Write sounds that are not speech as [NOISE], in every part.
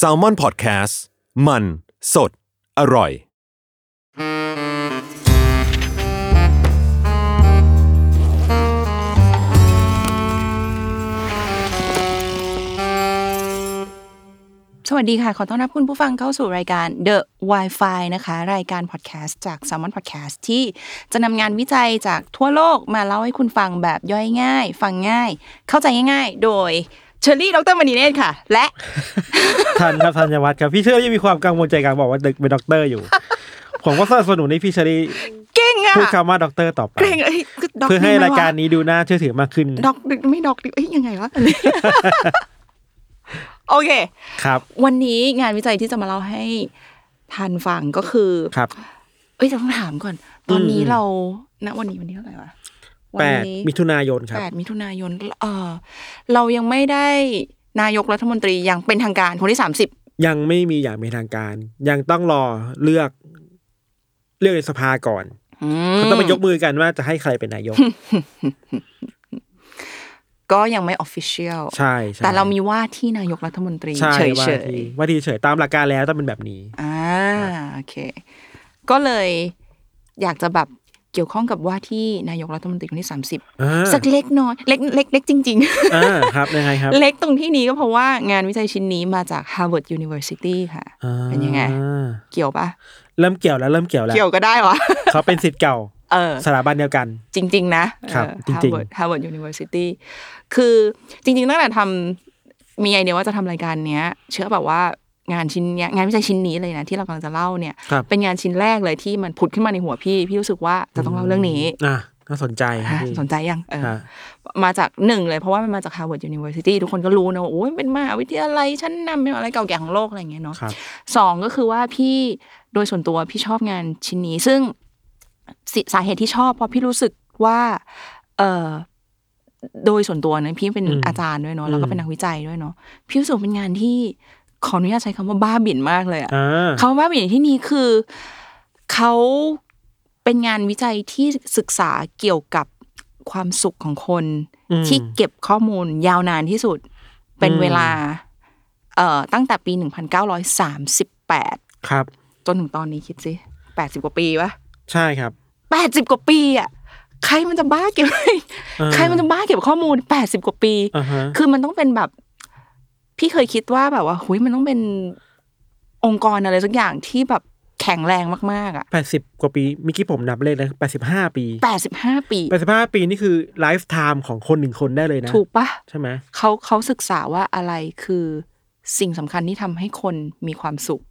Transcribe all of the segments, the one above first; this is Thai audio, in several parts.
s a l m o n PODCAST มันสดอร่อย สวัสดีค่ะ ขอต้อนรับคุณผู้ฟังเข้าสู่รายการ The Wi-Fi นะคะ รายการพอดแคสต์จาก s ซ l m o n Podcast ที่จะนำงานวิจัยจากทั่วโลกมาเล่าให้คุณฟังแบบย่อยง่าย ฟังง่าย เข้าใจง่ายๆ โดยเชอรี่ดรมณีเนตรค่ะ และ ทันครับธัญวัฒน์ครับ พี่เชอรี่มีความกังวลใจกลางบอกว่าดึกเป็นด็อกเตอร์อยู่ ผมก็สนับสนุนให้พี่เชอรี่ เก่งอะ พูดคำว่าด็อกเตอร์ต่อไป เก่งเอ้ยด็ก เพื่อให้ ดีไมวะ รายการนี้ดูน่าเชื่อถือมากขึ้น ด็อกดึกไม่ด็อกดึกเอ้ยยังไงวะ [LAUGHS] โอเค ครับ วันนี้งานวิจัยที่จะมาเล่าให้ทันฟังก็คือ ครับ เอ้ยแต่ต้องถามก่อน ตอนนี้ อืม เราณวันนี้วันนี้เท่าไหร่วะวั แป น ด นี้ มิถุนายนครับ แปดมิถุนายน เออเรายังไม่ได้นายกรัฐมนตรีอย่างเป็นทางการคนที่สามสิบ ยังไม่มีอย่างเป็นทางการ ยังต้องรอเลือกเลือกในสภาก่อนเขาต้องมายกมือกันว่าจะให้ใครเป็นนาย [LAUGHS] ก ก็ยังไม่ออฟฟิเชียล ใช่ใช่ แต่เรามีว่าที่นายกรัฐมนตรี ใช่ เฉย ว่า เฉย ทีว่าทีเฉยตามหลักการแล้วต้องเป็นแบบนี้ ๆอ่าโอเค ก็เลยอยากจะแบบเกี่ยวข้องกับว่าที่นายกรัฐมนตรีคนที่สามสิบ อ่า สักเล็กน้อยเล็กเล็กเล็กจริง อ่าครับยังไงครับ ๆ เล็กตรงที่นี้ก็เพราะว่างานวิจัยชิ้นนี้มาจาก Harvard University ค่ะ เป็นยังไง อ่า เกี่ยวปะ เริ่มเกี่ยวแล้วเริ่มเกี่ยวแล้ว เกี่ยวก็ได้วะ เขาเป็นสิทธิ์เก่า เออ สถาบันเดียวกัน จริง ๆ นะครับ จริงๆ ฮาร์วาร์ดยูนิเวอร์ซิตี้คือจริง ๆ ตั้งแต่ทำมีไอเดียว่าจะทำรายการเนี้ย เชื่อแบบว่างานชิ้นเนี้ยงานวิจัยชิ้นนี้เลยนะที่เรากำลังจะเล่าเนี่ย ครับ เป็นงานชิ้นแรกเลยที่มันผุดขึ้นมาในหัวพี่ พี่รู้สึกว่าจะต้องเล่าเรื่องนี้ อ่ะน่าสนใจครับ ฮะ พี่ สนใจยังเออ ฮะ มาจากหนึ่งเลยเพราะว่ามันมาจากฮาร์วาร์ดยูนิเวอร์ซิตี้ทุกคนก็รู้นะว่าโอ้ยเป็นมหาวิทยาลัยชั้นนำเป็นอะไรเก่าแก่ของโลกอะไรอย่างเงี้ยเนาะ ครับ สองก็คือว่าพี่โดยส่วนตัวพี่ชอบงานชิ้นนี้ ซึ่งสิสาเหตุที่ชอบ เพราะพี่รู้สึกว่า เออโดยส่วนตัวนะพี่เป็น อืม อาจารย์ด้วยเนาะแล้วก็ อืม เป็นนักวิจัยด้วยเนาะพี่รู้สึกเป็นงานที่ขออนุญาตใช้คำว่าบ้าบิ่นมากเลยอะ อ่า คำว่าบ้าบิ่นในที่นี้คือเขาเป็นงานวิจัยที่ศึกษาเกี่ยวกับความสุขของคน อืม ที่เก็บข้อมูลยาวนานที่สุด เป็น อืม เวลา เอ่อตั้งแต่ปี 1938 ครับ จนถึงตอนนี้คิดสิ80 กว่าปีวะ ใช่ครับ 80 กว่าปีอ่ะใครมันจะบ้าเก็บ [LAUGHS] อ่า ใครมันจะบ้าเก็บข้อมูล 80 กว่าปี อ่าฮะ คือมันต้องเป็นแบบ พี่เคยคิดว่าแบบว่าหุยมันต้องเป็นองค์กรอะไรสักอย่างที่แบบแข็งแรงมากๆอ่ะ แปดสิบกว่าปีเมื่อกี้ผมนับเลขแล้วแปดสิบห้าปี 85 ปี แปดสิบห้าปีนี่คือไลฟ์ไทม์ของคนหนึ่งคนได้เลยนะ ถูกปะ ใช่ไหม เขาเขาศึกษาว่าอะไรคือสิ่งสำคัญที่ทำให้คนมีความสุข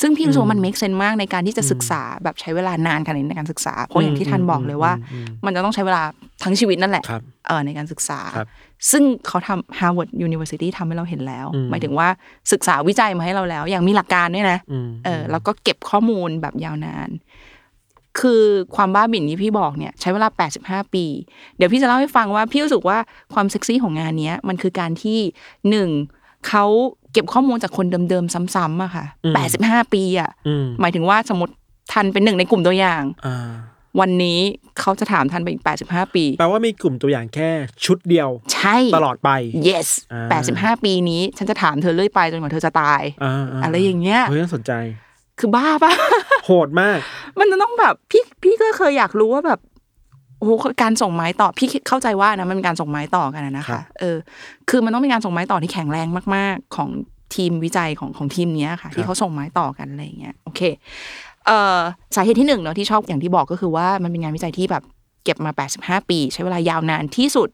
ซึ่งพี่รู้สึกว่ามัน make sense มากในการที่จะศึกษาแบบใช้เวลานานขนาดนี้ในการศึกษาเพราะอย่างที่ท่านบอกเลยว่า อืมอืม มันจะต้องใช้เวลาทั้งชีวิตนั่นแหละ ครับ เออในการศึกษา ครับ ซึ่งเขาทำ Harvard University ทำให้เราเห็นแล้ว อืม หมายถึงว่าศึกษาวิจัยมาให้เราแล้ว อย่างมีหลักการด้วยนะ อืม เออแล้วก็เก็บข้อมูลแบบยาวนาน คือความบ้าบิ่นที่พี่บอกเนี่ย ใช้เวลา 85 ปี เดี๋ยวพี่จะเล่าให้ฟังว่าพี่รู้สึกว่าความเซ็กซี่ของงานเนี้ย มันคือการที่หนึ่งเขาเก็บข้อมูลจากคนเดิมๆซ้ำๆอะค่ะ 85 ปีอะ อืม หมายถึงว่าสมมติทันเป็นหนึ่งในกลุ่มตัวอย่าง อ่า วันนี้เขาจะถามทันไปอีก 85 ปี แปลว่ามีกลุ่มตัวอย่างแค่ชุดเดียว ใช่ ตลอดไป yes อ่า 85 ปีนี้ ฉันจะถามเธอเรื่อยไปจนกว่าเธอจะตาย อ่าา อะไรอย่างเงี้ย เฮ้ยน่าสนใจ คือบ้าปะ [LAUGHS] โหดมาก มันจะต้องแบบพี่พี่ก็เคยอยากรู้ว่าแบบโอ้โหการส่งไม้ต่อพี่เข้าใจว่านะมันเป็นการส่งไม้ต่อกันอะนะ ครั คะ บ เออคือมันต้องเป็นการส่งไม้ต่อที่แข็งแรงมาก ๆ ของทีมวิจัยของของทีมเนี้ยค่ะ ครับ ที่เขาส่งไม้ต่อกันอะไรอย่างเงี้ยโอเคเอ่อสาเหตุที่หนึ่งเนาะที่ชอบอย่างที่บอกก็คือว่ามันเป็นงานวิจัยที่แบบเก็บมา 85 ปี ใช้เวลายาวนานที่สุด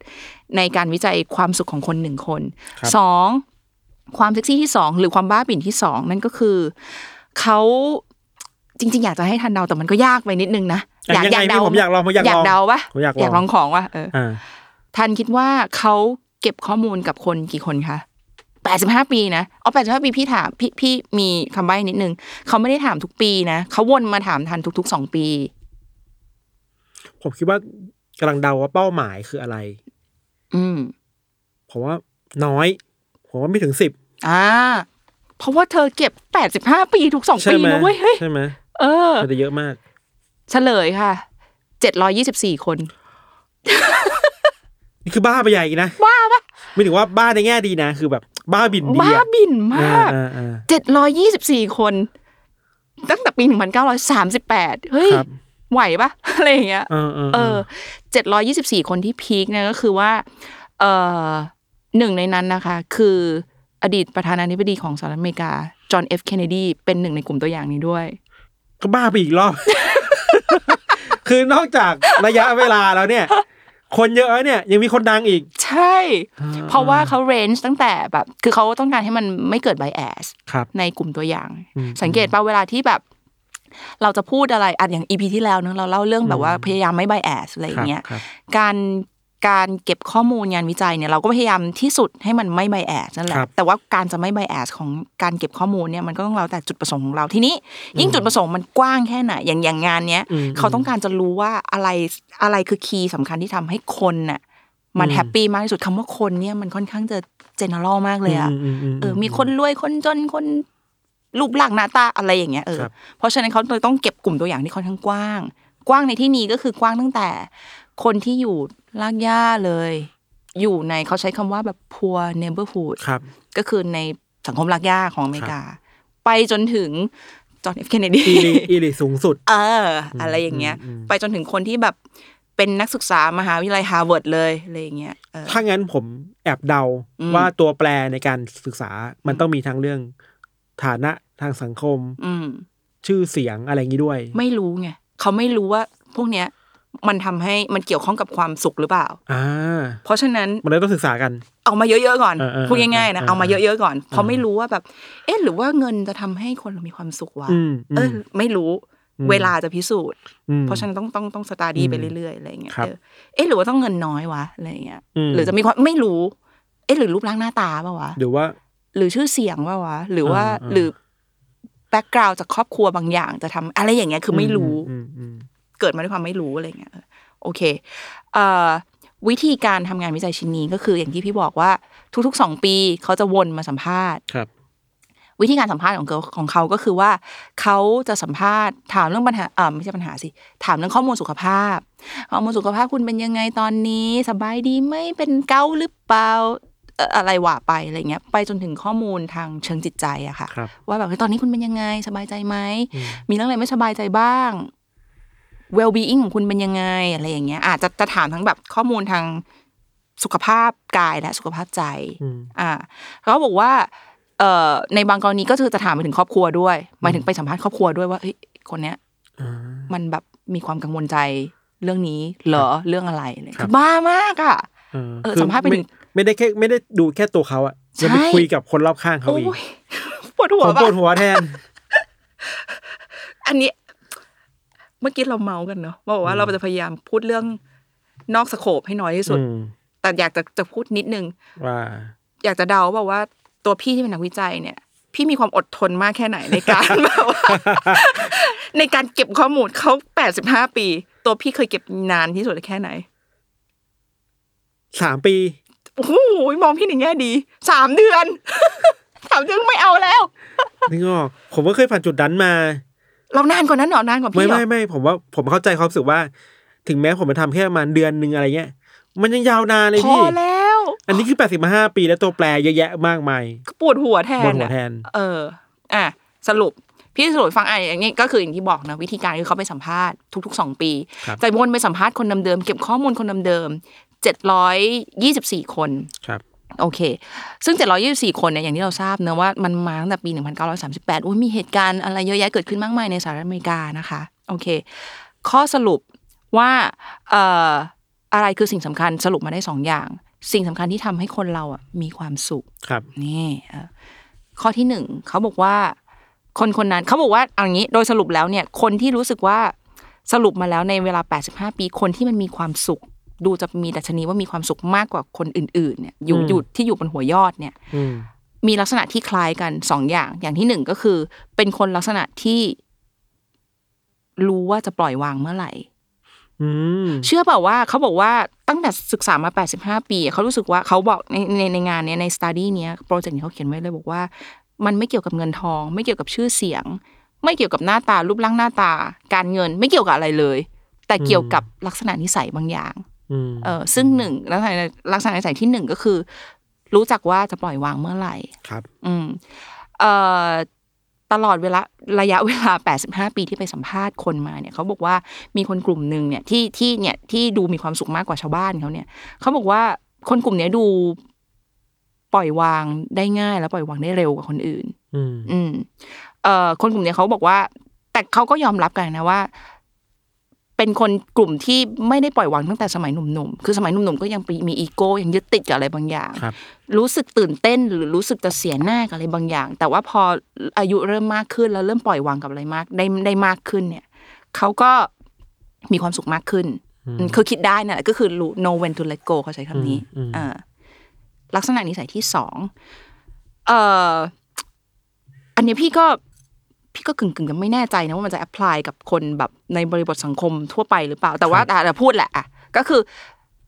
ในการวิจัยความสุขของคนหนึ่งคน ครับ สอง ความเซ็กซี่ที่สองหรือความบ้าบิ่นที่สองนั่นก็คือเขาจริง ๆ อยากจะให้ทันเดาแต่มันก็ยากไปนิดนึงนะ อ่ะยังไงพี่ผมอยากลองผมอยากลอง อยากเดาปะ ผมอยากลอง ลองของว่ะเออ อ่า ทันคิดว่าเขาเก็บข้อมูลกับคนกี่คนคะ 85 ปีนะเอา85 ปีพี่ถามพี่พี่มีคำใบ้นิดนึงเขาไม่ได้ถามทุกปีนะเขาวนมาถามทันทุกๆสองปี ผมคิดว่ากำลังเดาว่าเป้าหมายคืออะไร อืม ผมว่าน้อยผมว่าไม่ถึงสิบ อ่า เพราะว่าเธอเก็บ 85 ปีทุกสอง ใช่ ปี ไหม นะเว้ยเฮ้ย ใช่ไหม เออ มันจะเยอะมาก เฉลยค่ะ 724 คน นี่คือบ้าไปใหญ่อีกนะบ้าปะไม่ถึงว่าบ้าในแง่ดีนะ คือแบบบ้าบินดี บ้า อะ บินมาก อ่าอ่า 724 คน ตั้งแต่ปี 1938 เฮ้ย ครับ ไหวปะ อะไรอย่างเงี้ย อ่าอ่า เอ อ่า อเจ็ดร้อยี่สิบสี่คนที่พีคเนี่ยก็คือว่า เออหนึ่งในนั้นนะคะ คืออดีตประธานาธิบดีของสหรัฐอเมริกา จอห์นเอฟเคนเนดี เป็นหนึ่งในกลุ่มตัวอย่างนี้ด้วย ก็บ้าไปอีกรอบ [LAUGHS] คือนอกจากระยะเวลาแล้วเนี่ย คนเยอะเนี่ย ยังมีคนดังอีก ใช่ เพราะว่าเขาเรนจ์ตั้งแต่แบบ คือเขาต้องการให้มันไม่เกิดไบแอส ครับ ในกลุ่มตัวอย่าง อืม สังเกตป่ะเวลาที่แบบ เราจะพูดอะไรอ่ะอย่างอีพีที่แล้วเนอะเราเล่าเรื่องแบบว่าพยายามไม่ไบแอสอะไรอย่างเงี้ย ครับ การการเก็บข้อมูลงานวิจัยเนี่ยเราก็พยายามที่สุดให้มันไม่ไบแอสนั่นแหละ ครับ แต่ว่าการจะไม่ไบแอสของการเก็บข้อมูลเนี่ยมันก็ต้องแล้วแต่จุดประสงค์ของเราทีนี้ ยิ่งจุดประสงค์มันกว้างแค่ไหนอย่างอย่างงานเนี้ย อืม เขาต้องการจะรู้ว่าอะไรอะไรคือคีย์สำคัญที่ทำให้คนน่ะมัน อืม แฮปปี้มากที่สุดคำว่าคนเนี่ยมันค่อนข้างจะเจเนอเรลมากเลยอะ มมม เออมีคนรวยคนจนคนรูปร่างหน้าตาอะไรอย่างเงี้ยเออ ครับ เพราะฉะนั้นเขาเลยต้องเก็บกลุ่มตัวอย่างที่ค่อนข้างกว้าง กว้างในที่นี้ก็คือกว้างตั้งแต่ คนที่อยู่ลากหญ้าเลย อยู่ในเขาใช้คำว่าแบบ poor neighborhood ครับ ก็คือในสังคมลากหญ้าของอเมริกา ไปจนถึงจอห์นเอฟเคนเนดี [LAUGHS] อีลิอีลิสูงสุด เออ อะไรอย่างเงี้ย อืมอืม ไปจนถึงคนที่แบบเป็นนักศึกษามหาวิทยาลัยฮาร์วาร์ดเลยอะไรอย่างเงี้ยเออ ถ้างั้นผมแอบเดา อืม ว่าตัวแปรในการศึกษามันต้องมีทั้งเรื่อง ฐานะทางสังคม อืม ชื่อเสียงอะไรอย่างนี้ด้วย ไม่รู้ไงเขาไม่รู้ว่าพวกเนี้ยมันทำให้มันเกี่ยวข้องกับความสุขหรือเปล่า อ่า เพราะฉะนั้น มันเลยต้องศึกษากัน เอามาเยอะๆก่อน เออเออ พูดง่ายๆนะ เออเออ เอามาเยอะๆก่อนเพราะไม่รู้ว่าแบบ เอ๊ะหรือว่าเงินจะทำให้คนเรามีความสุขวะ อืม เอ อื อ ม ไม่รู้ อืม เวลาจะพิสูจน์ ม เพราะฉะนั้นต้องต้องต้องสตาร์ดี้ไปเรื่อยๆอะไรอย่างเงี้ย ครับ เออเอ๊ะหรือว่าต้องเงินน้อยวะอะไรอย่างเงี้ย อืม หรือจะมีความไม่รู้ เอ๊ะหรือรูปร่างหน้าตาเปล่าวะ หรือว่า หรือชื่อเสียงเปล่าวะหรือว่า เออเออ หรือแบ็กกราวจากครอบครัวบางอย่างจะทำอะไรอย่างเงี้ยคือไม่รู้ อืมอืม เกิดมาด้วยความไม่รู้อะไรเงี้ยเออโอเคเอ่อวิธีการทำงานวิจัยชิ้นนี้ก็คืออย่างที่พี่บอกว่าทุกๆสองปีเขาจะวนมาสัมภาษณ์ ครับ วิธีการสัมภาษณ์ของเขาของเขาก็คือว่าเขาจะสัมภาษณ์ถามเรื่องปัญหาเออไม่ใช่ปัญหาสิถามเรื่องข้อมูลสุขภาพข้อมูลสุขภาพคุณเป็นยังไงตอนนี้ สบายดีไหมเป็นเกาหรือเปล่าเอ่ออะไรว่าไปอะไรเงี้ยไปจนถึงข้อมูลทางเชิงจิตใจอะค่ะ ครับ ว่าแบบเฮ้ยตอนนี้คุณเป็นยังไงสบายใจไหม มีเรื่องอะไรไม่สบายใจบ้าง well-being ของคุณเป็นยังไง อะไรอย่างเงี้ยอาจจะจะถามทั้งแบบข้อมูลทางสุขภาพกายและสุขภาพใจ อืม อ่าเขาบอกว่าเอ่อในบางกรณีก็คือจะถามไปถึงครอบครัวด้วยหมายถึงไปสัมภาษณ์ครอบครัวด้วยว่าเฮ้ยคนเนี้ย อ่า มันแบบมีความกังวลใจเรื่องนี้เหรอเรื่องอะไรอะไร ครับ บ้ามากอ่ะ เออ เออ คือ สัมภาษณ์ไป ไม่ ถึง ไม่ได้แค่ไม่ได้ดูแค่ตัวเขาอะ ใช่ จะไปคุยกับคนรอบข้างเขา โอ้ อีก ยปวดหั ผ ว มปวด ปะ หัวแทน อันนี้ เมื่อกี้เราเมากันเนาะว่าบอกว่าเราจะพยายามพูดเรื่องนอกสโคปให้น้อยที่สุด อืม แต่อยากจะจะพูดนิดนึง ว่า อยากจะเดาว่าแบบว่าตัวพี่ที่เป็นนักวิจัยเนี่ย พี่มีความอดทนมากแค่ไหนในการ [LAUGHS] แบบว่าในการเก็บข้อมูลเขาแปดสิบห้าปี ตัวพี่เคยเก็บนานที่สุดแค่ไหน สามปี โอ้โหมองพี่ในแง่ดีสามเดือน [LAUGHS] สามเดือนไม่เอาแล้ว นึกออก ผมก็เคยผ่านจุดนั้นมา เรานานกว่านั้นเหรอนานกว่า ไม่ พี่เหรอ ไม่ไม่ผมว่าผมเข้าใจความรู้สึกว่า ถึงแม้ผมมาทำแค่ประมาณเดือนหนึ่งอะไรเงี้ย มันยังยาวนานเลย พอ พี่ แล้ว อันนี้คือแปดสิบห้าปีแล้วตัวแปรเยอะแยะมากมาย ปวดหัวแท บ น นหัว อะ แทน เออ อ่ะ สรุป พี่สรุปฟังอ่ะอย่างนี้ก็คืออย่างที่บอกนะวิธีการคือเขาไปสัมภาษณ์ทุกๆสองปี ครับ จะวนไปสัมภาษณ์คนเดิมๆเก็บข้อมูลคนเดิมๆเจ็ดร้อยยี่สิบสี่คน ครับ โอเค ซึ่ง 724 คนเนี่ย อย่างที่เราทราบเนอะว่ามันมาตั้งแต่ปี 1938 โอ้ยมีเหตุการณ์อะไรเยอะแยะเกิดขึ้นมากมายในสหรัฐอเมริกานะคะ โอเค ข้อสรุปว่าเอ่ออะไรคือสิ่งสำคัญสรุปมาได้สองอย่าง สิ่งสำคัญที่ทำให้คนเราอ่ะมีความสุข ครับ นี่เอ่อข้อที่หนึ่งเขาบอกว่า คนคนนั้นเขาบอกว่าเอางี้โดยสรุปแล้วเนี่ย คนที่รู้สึกว่าสรุปมาแล้วในเวลา 85 ปีคนที่มันมีความสุข ดูจะมีดัชนีว่ามีความสุขมากกว่าคนอื่น ๆ เนี่ยอยู่ อืม อยู่ที่อยู่บนหัวยอดเนี่ย อืม มีลักษณะที่คล้ายกันสองอย่าง อย่างที่หนึ่งก็คือ เป็นคนลักษณะที่ รู้ว่าจะปล่อยวางเมื่อไหร่ อืม เชื่อเปล่าว่าเขาบอกว่าตั้งแต่ศึกษามา 85 ปีอะเขารู้สึกว่าเขาบอกในในในงานเนี้ยในสตาดี้เนี้ยโปรเจกต์นี้เขาเขียนไว้เลยบอกว่า มันไม่เกี่ยวกับเงินทอง ไม่เกี่ยวกับชื่อเสียง ไม่เกี่ยวกับหน้าตารูปร่างหน้าตา การเงินไม่เกี่ยวกับอะไรเลย แต่เกี่ยวกับลักษณะนิสัยบางอย่าง อืม เออซึ่งหนึ่งลักษณะลักษณะนิสัยที่หนึ่งก็คือ รู้จักว่าจะปล่อยวางเมื่อไหร่ ครับ อืมเอ่อตลอดเวลาระยะเวลา 85 ปีที่ไปสัมภาษณ์คนมาเนี่ยเขาบอกว่ามีคนกลุ่มหนึ่งเนี่ยที่ที่เนี่ยที่ดูมีความสุขมากกว่าชาวบ้านเขาเนี่ยเขาบอกว่าคนกลุ่มเนี้ยดูปล่อยวางได้ง่าย และปล่อยวางได้เร็วกว่าคนอื่น อืม อืมเอ่อคนกลุ่มเนี้ยเขาบอกว่า แต่เขาก็ยอมรับกันนะว่า เป็นคนกลุ่มที่ไม่ได้ปล่อยวางตั้งแต่สมัยหนุ่มๆ คือสมัยหนุ่มๆก็ยังมีอีโก้ยังยึดติดกับอะไรบางอย่าง ครับ รู้สึกตื่นเต้นหรือรู้สึกจะเสียหน้ากับอะไรบางอย่าง แต่ว่าพออายุเริ่มมากขึ้นแล้วเริ่มปล่อยวางกับอะไรมาก ได้ได้มากขึ้นเนี่ยเขาก็มีความสุขมากขึ้นอืมคือคิดได้น่นแหละก็คือรู้ know when to let go เขาใช้คำนี้ อืมอืม อ่าลักษณะนิสัยที่สองเอ่อ อันเนี้ยพี่ก็พี่ก็กึ่งกึ่งๆกันไม่แน่ใจนะว่ามันจะแอพพลายกับคนแบบในบริบทสังคมทั่วไปหรือเปล่า แต่ว่าแต่แต่พูดแหละอ่ะก็คือ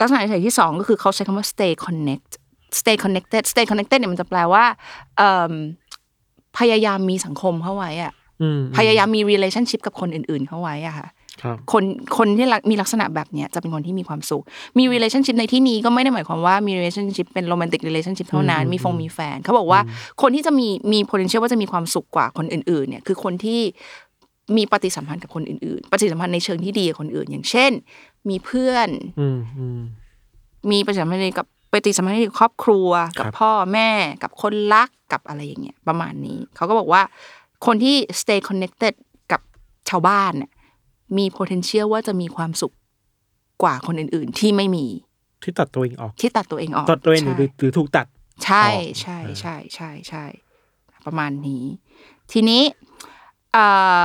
ลักษณะนิสัยที่สองก็คือเขาใช้คำว่า stay connect stay connected stay connected เนี่ยมันจะแปลว่าเอิ่มพยายามมีสังคมเข้าไว้อะ อืม พยายามมี relationship กับคนอื่น ๆ เข้าไว้อะค่ะ ครับ คนคนที่รักมีลักษณะแบบเนี้ยจะเป็นคนที่มีความสุข มี relationship ในที่นี้ก็ไม่ได้หมายความว่ามี relationship เป็น romantic relationship เท่านั้น มีฟงมีแฟน เขาบอกว่าคนที่จะมีมี potential ว่าจะมีความสุขกว่าคนอื่นๆเนี่ยคือคนที่มีปฏิสัมพันธ์กับคนอื่นๆ ปฏิสัมพันธ์ในเชิงที่ดีกับคนอื่น อย่างเช่น มีเพื่อน อืมอืม มีปฏิสัมพันธ์ในกับปฏิสัมพันธ์ในครอบครัว กับครับ พ่อแม่กับคนรักกับอะไรอย่างเงี้ยประมาณนี้ เขาก็บอกว่าคนที่ stay connected กับชาวบ้านเนี่ยมี potential ว่าจะมีความสุขกว่าคนอื่น ๆ ที่ไม่มี ที่ตัดตัวเองออก ที่ตัดตัวเองออก ตัดตัวเองห ใช่ รือหรือถูกตัด ใช่ ออก ใช่ เออ ใช่ใช่ใช่ประมาณนี้ ทีนี้เอ่อ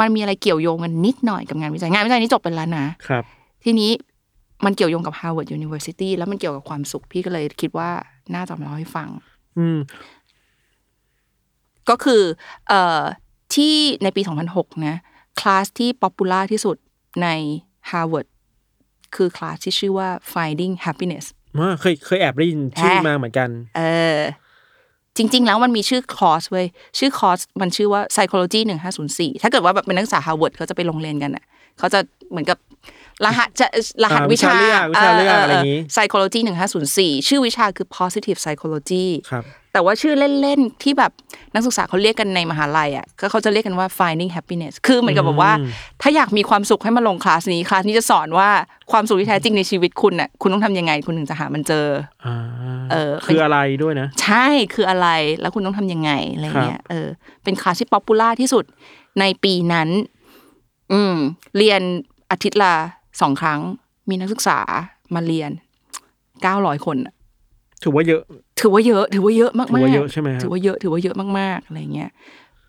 มันมีอะไรเกี่ยวโยงกันนิดหน่อยกับงานวิจัยงานวิจัยนี้จบไปแล้วนะ ครับ ทีนี้มันเกี่ยวโยงกับ Harvard University แล้วมันเกี่ยวกับความสุข พี่ก็เลยคิดว่าน่าจะมาเล่าให้ฟัง อืม ก็คือเอ่อที่ในปี 2006 นะ คลาสที่ป๊อปปูล่าที่สุดใน Harvard คือคลาสที่ชื่อว่า Finding Happiness ว่าเคยเคยแอบได้ยินชื่อมาเหมือนกัน เออจริง ๆ แล้วมันมีชื่อคอร์สเว้ยชื่อคอร์สมันชื่อว่า psychology หนึ่งห้าศูนย์สี่ถ้าเกิดว่าแบบเป็นนักศึกษาฮาร์วาร์ดเขาจะไปลงเรียนกันอ่ะเขาจะเหมือนกับรหัสจะรหัส อ่าวิ วิ ชา ชา เลือกวิชาเลือกอะไรอย่างงี้ นี้ psychology หนึ่งห้าศูนย์สี่ชื่อวิชาคือ positive psychology ครับ แต่ว่าชื่อเล่น ๆ ที่แบบนักศึกษาเขาเรียกกันในมหาลัยอ่ะก็เขาจะเรียกกันว่า finding happiness คือเหมือนกับแบบว่า ถ้าอยากมีความสุขให้มาลงคลาสนี้คลาสนี้จะสอนว่าความสุขที่แท้จริงในชีวิตคุณอ่ะคุณต้องทำยังไงคุณถึงจะหามันเจอ อ่า เออเป็น คืออะไรด้วยนะ ใช่คืออะไรแล้วคุณต้องทำยังไงอะไรเงี้ยเออเป็นคลาสที่ป๊อปปูล่าที่สุดในปีนั้น อืม เรียนอาทิตย์ละสองครั้ง มีนักศึกษามาเรียนเก้าร้อยคนอะ ถือว่าเยอะ ถือว่าเยอะ ถือว่าเยอะมากๆ ถือว่าเยอะใช่ไหมครับ ถือว่าเยอะถือว่าเยอะมากๆอะไรเงี้ย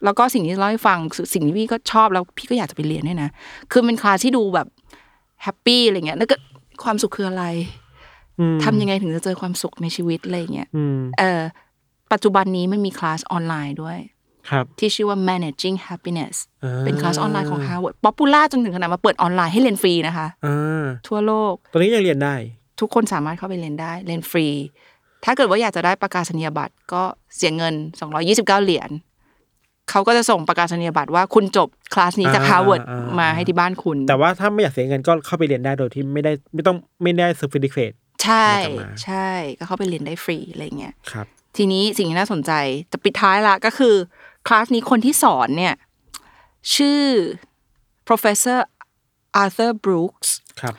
แล้วก็สิ่งที่เล่าให้ฟังคือสิ่งที่พี่ก็ชอบแล้วพี่ก็อยากจะไปเรียนด้วยนะคือเป็นคลาสที่ดูแบบแฮปปี้อะไรเงี้ยแล้วก็ความสุขคืออะไร อืม ทำยังไงถึงจะเจอความสุขในชีวิตอะไรเงี้ย อืม เอ่อปัจจุบันนี้มันมีคลาสออนไลน์ด้วย ครับ ที่ชื่อว่า managing happiness อ่ เป็นคลาสออนไลน์ของ Harvard ป๊อปปูล่าจนถึงขนาดมาเปิดออนไลน์ให้เรียนฟรีนะคะ อ่า ทั่วโลก ตอนนี้ยังเรียนได้ ทุกคนสามารถเข้าไปเรียนได้เรียนฟรี ถ้าเกิดว่าอยากจะได้ประกาศนียบัตรก็เสียเงิน 229 เหรียญเขาก็จะส่งประกาศนียบัตรว่าคุณจบคลาสนี้จาก อ่า Harvard อ่าอ่าม มาให้ที่บ้านคุณ แต่ว่าถ้าไม่อยากเสียเงินก็เข้าไปเรียนได้โดยที่ไม่ได้ไม่ต้องไม่ได้เซอร์ฟิเคต ใช่ ไม่ต้องมา ใช่ ก็เข้าไปเรียนได้ฟรีอะไรเงี้ย ครับ ทีนี้สิ่งที่น่าสนใจจะปิดท้ายละก็คือ คลาสนี้คนที่สอนเนี่ย ชื่อ professor Arthur Brooks ครับ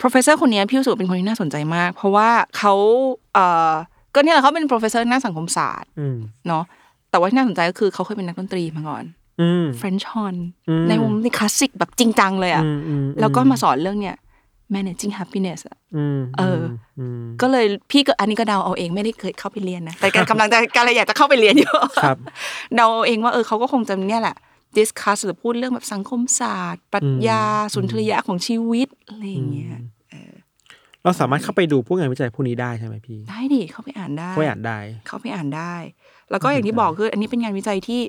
professor คนเนี้ยพี่รู้สึกว่าเป็นคนที่น่าสนใจมาก เพราะว่าเขาเอ่อก็เนี่ยแหละเขาเป็น professor หน้าสังคมศาสตร์ อืม เนาะแต่ว่าที่น่าสนใจก็คือเขาเคยเป็นนักดนตรีมาก่อน อืม French horn อืม ในวงในคลาสสิกแบบจริงจังเลยอะ อืมอืม แล้วก็มาสอนเรื่องเนี่ย managing happiness อะ อืม เออ ม ก็เลยพี่ก็อันนี้ก็เดาเอาเองไม่ได้เคยเข้าไปเรียนนะแต่กำลังจะกำลังอยากจะเข้าไปเรียนอยู่ ครับ เดาเอาเองว่าเออเขาก็คงจะเนี่ยแหละดิสคัสหรือพูดเรื่องแบบสังคมศาสตร์ปรัชญาสุนทรียะของชีวิตอะไรอย่างเงี้ย เราสามารถเข้าไปดูพวกงานวิจัยพวกนี้ได้ใช่ไหมพี่ ได้ดิเข้าไปอ่านได้ ก็อ่านได้ เขาไปอ่านได้ แล้วก็อย่างที่บอกคือ อันนี้เป็นงานวิจัยที่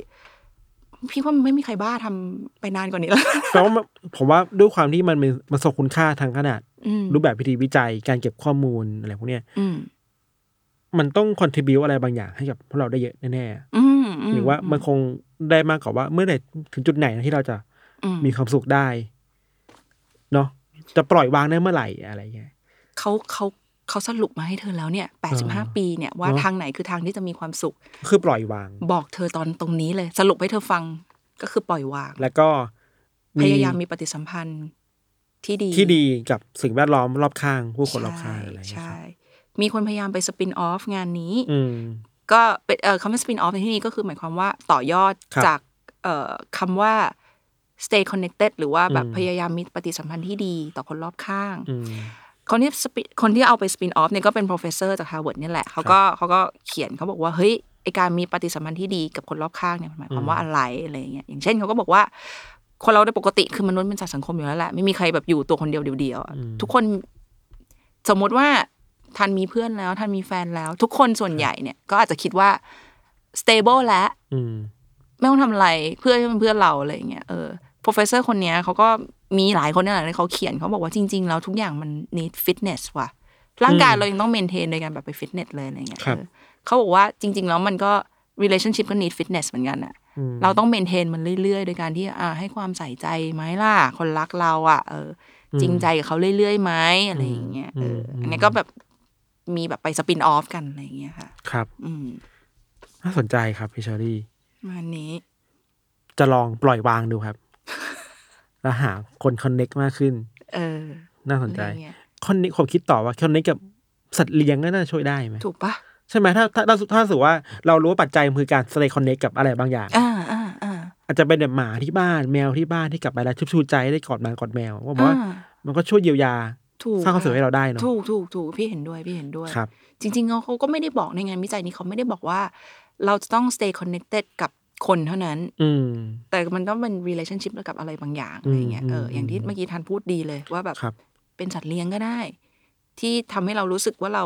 พี่ว่ามันไม่มีใครบ้าทำไปนานกว่านี้แล้ว แปลว่ามันผมว่าด้วยความที่มันเป็นมันส่งคุณค่าทางขนาด อืม รูปแบบวิธีวิจัยการเก็บข้อมูลอะไรพวกเนี้ย อืม มันต้องคอนทริบิวอะไรบางอย่างให้กับพวกเราได้เยอะแน่ อืม ๆหรือว่ามันคงได้มากกว่าว่าเมื่อไหร่ถึงจุดไหนนะที่เราจะ อืม มีความสุขได้เนาะจะปล่อยวางได้เมื่อไหร่อะไรเงี้ย เขาเขาเขาสรุปมาให้เธอแล้วเนี่ยแปดสิบห้า อ่า ปีเนี่ยว่า เนอะ ทางไหนคือทางที่จะมีความสุข คือปล่อยวาง บอกเธอตอนตรงนี้เลย สรุปให้เธอฟังก็คือปล่อยวาง แล้วก็ พยายามมีปฏิสัมพันธ์ที่ดี ที่ดีกับสิ่งแวดล้อมรอบข้างผู้คนรอบข้าง ใช่ อะไรเงี้ย ใช่ ครับ มีคนพยายามไปสปินออฟงานนี้ อืม ก็เป็นเอ่อคำว่า spin off ในที่นี้ก็คือหมายความว่าต่อยอด ครับ จากเอ่อคำว่า stay connected หรือว่าแบบ อืม พยายามมีปฏิสัมพันธ์ที่ดีต่อคนรอบข้าง อืม คนที่ spin- คนที่เอาไป spin off เนี่ยก็เป็น professor จาก Harvard เนี่ยแหละ เขาก็เขาก็เขียนเขาบอกว่า เฮ้ยไอการมีปฏิสัมพันธ์ที่ดีกับคนรอบข้างเนี่ยมันหมายความว่าอะไรอะไรอย่างเงี้ยอย่างเช่นเขาก็บอกว่า คนเราโดยปกติคือมนุษย์เป็นสัตว์สังคมอยู่แล้วแหละไม่มีใครแบบอยู่ตัวคนเดียวเดียวๆอะ อืม ทุกคนสมมติว่าท่านมีเพื่อนแล้วท่านมีแฟนแล้ว ทุกคนส่วนใหญ่เนี่ยก็อาจจะคิดว่า stable แล้ว อืม ไม่ต้องทำอะไรเพื่อให้เป็นเพื่อนเราอะไรอย่างเงี้ยเออ professor คนเนี้ยเขาก็มีหลายคนเนี่ยแหละที่เขาเขียนเขาบอกว่าจริง ๆ แล้วทุกอย่างมัน need fitness ว่ะ ร่างกาย อืม เรายังต้อง maintain โดยการแบบไปฟิตเนสเลยอะไรเงี้ย ครับ เออเขาบอกว่าจริง ๆ แล้วมันก็ relationship ก็ need fitness เหมือนกันอะ อืม เราต้อง maintain มันเรื่อยๆ โดยการที่อ่าให้ความใส่ใจไหมล่ะ คนรักเราอ่ะเอออ ม จริงใจกับเขาเรื่อยๆไหมอะไรอย่างเงี้ยเอออ ม อันเนี้ยก็แบบมีแบบไปสปินออฟกันอะไรอย่างเงี้ยค่ะ ครับ อืม น่าสนใจครับพี่เชอรี่ ประมาณนี้ จะลองปล่อยวางดู [LAUGHS] ครับ แล้วหาคนคอนเน็กมากขึ้น เออ น่าส อะ น ไร ใจ อย่างเงี้ย คอนเน็กผมคิดต่อว่าคอนเน็กกับสัตว์เลี้ยงก็น่าช่วยได้ไหม ถูกปะ ใช่ไหมถ้าถ้าถ้าถ้าสมมุติว่าเรารู้ว่าปัจจัยมันคือการสเตย์คอนเน็กกับอะไรบางอย่าง อ่าอ่าอ่า อาจจะเป็นแบบหมาที่บ้านแมวที่บ้านที่กลับไปแล้วชุบชูใจได้กอดหมากอดแมวว่าผมว่า อ่า มันก็ช่วยเยียวยา ถูก สร้างความสุขให้เราได้เนอะ ถูกถูกถูกพี่เห็นด้วยพี่เห็นด้วย ครับ จริงๆเขาก็ไม่ได้บอกในงานวิจัยนี้เขาไม่ได้บอกว่า เราจะต้อง stay connected กับคนเท่านั้น อืม แต่มันต้องเป็น relationship กับอะไรบางอย่างอะอืมไรเงี้ยเอออ ม อย่างที่เมื่อกี้ทันพูดดีเลยว่าแบบ ครับ เป็นสัตว์เลี้ยงก็ได้ ที่ทำให้เรารู้สึกว่าเรา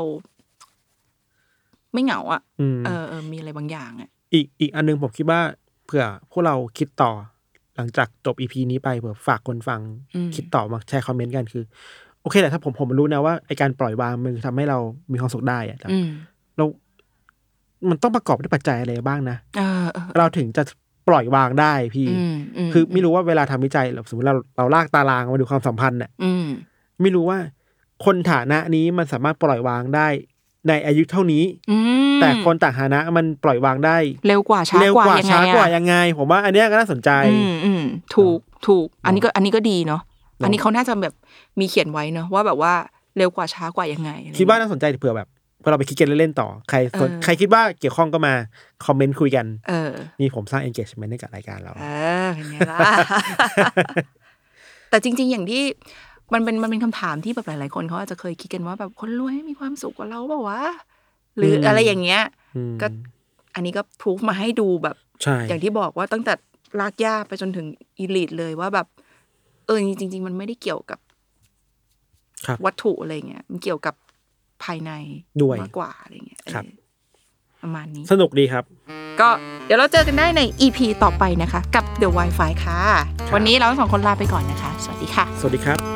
ไม่เหงาอ่ะ อืม เออเออมีอะไรบางอย่างอ่ะ อีกอีกอันนึงผมคิดว่าเผื่อพวกเราคิดต่อ หลังจากจบอีพีนี้ไปเผื่อฝากคนฟัง อืม คิดต่อมาแชร์คอมเมนต์กันคือ โอเคแหละถ้าผมผมรู้นะว่าไอการปล่อยวางมันทำให้เรามีความสุขได้อะแต่ อืม เรา มันต้องประกอบด้วยปัจจัยอะไรบ้างนะ เออเออ เราถึงจะปล่อยวางได้พี่ อืมอื คือไม่รู้ว่าเวลาทำวิจัยแบบสมมติเราเราลากตารางมาดูความสัมพันธ์น่ะ อืม ไม่รู้ว่า คนฐานะนี้มันสามารถปล่อยวางได้ ในอายุเท่านี้ อืม แต่คนต่างฐานะมันปล่อยวางได้ เร็วกว่าช้า เร็ว กว่าก ว่า ยังไง ช้า อะ กว่ายังไง ผมว่าอันเนี้ยก็น่าสนใจ อืมอืมถูกถูก อันนี้ก็อันนี้ก็ดีเนาะ เนอะ อันนี้เขาน่าจะแบบมีเขียนไว้เนาะว่าแบบว่าเร็วกว่าช้ากว่ายังไงอะไร คิดว่า เงี้ย น่าสนใจเผื่อแบบพอเราไปคิดกันเล่นๆต่อ ใครสน เออ ใครคิดว่าเกี่ยวข้องก็มา คอมเมนต์คุยกัน เออ นี่ผมสร้าง engagement ให้กับรายการเรา เออเป็นไงล่ะ แต่จริง ๆ อย่างที่มันเป็นมันเป็นคำถามที่แบบหลาย ๆ คนเขาอาจจะเคยคิดกันว่าแบบคนรวยมีความสุขกว่าเราเปล่าวะหรือ ม อะไรอย่างเงี้ย อืม ก็ อันนี้ก็พรูฟมาให้ดูแบบ ใช่ อย่างที่บอกว่าตั้งแต่รากหญ้าไปจนถึงอีลิทเลยว่าแบบ เออจริง ๆ มันไม่ได้เกี่ยวกับ ครับ วัตถุอะไรเงี้ยมันเกี่ยวกับภายใน ด้วย มากกว่าอะไรเงี้ย ครับ เออประมาณนี้ สนุกดีครับ ก็เดี๋ยวเราเจอกันได้ใน EP ต่อไปนะคะ กับ The Wi-Fi ค่ะ วันนี้เราทั้งสองคนลาไปก่อนนะคะ สวัสดีค่ะ สวัสดีครับ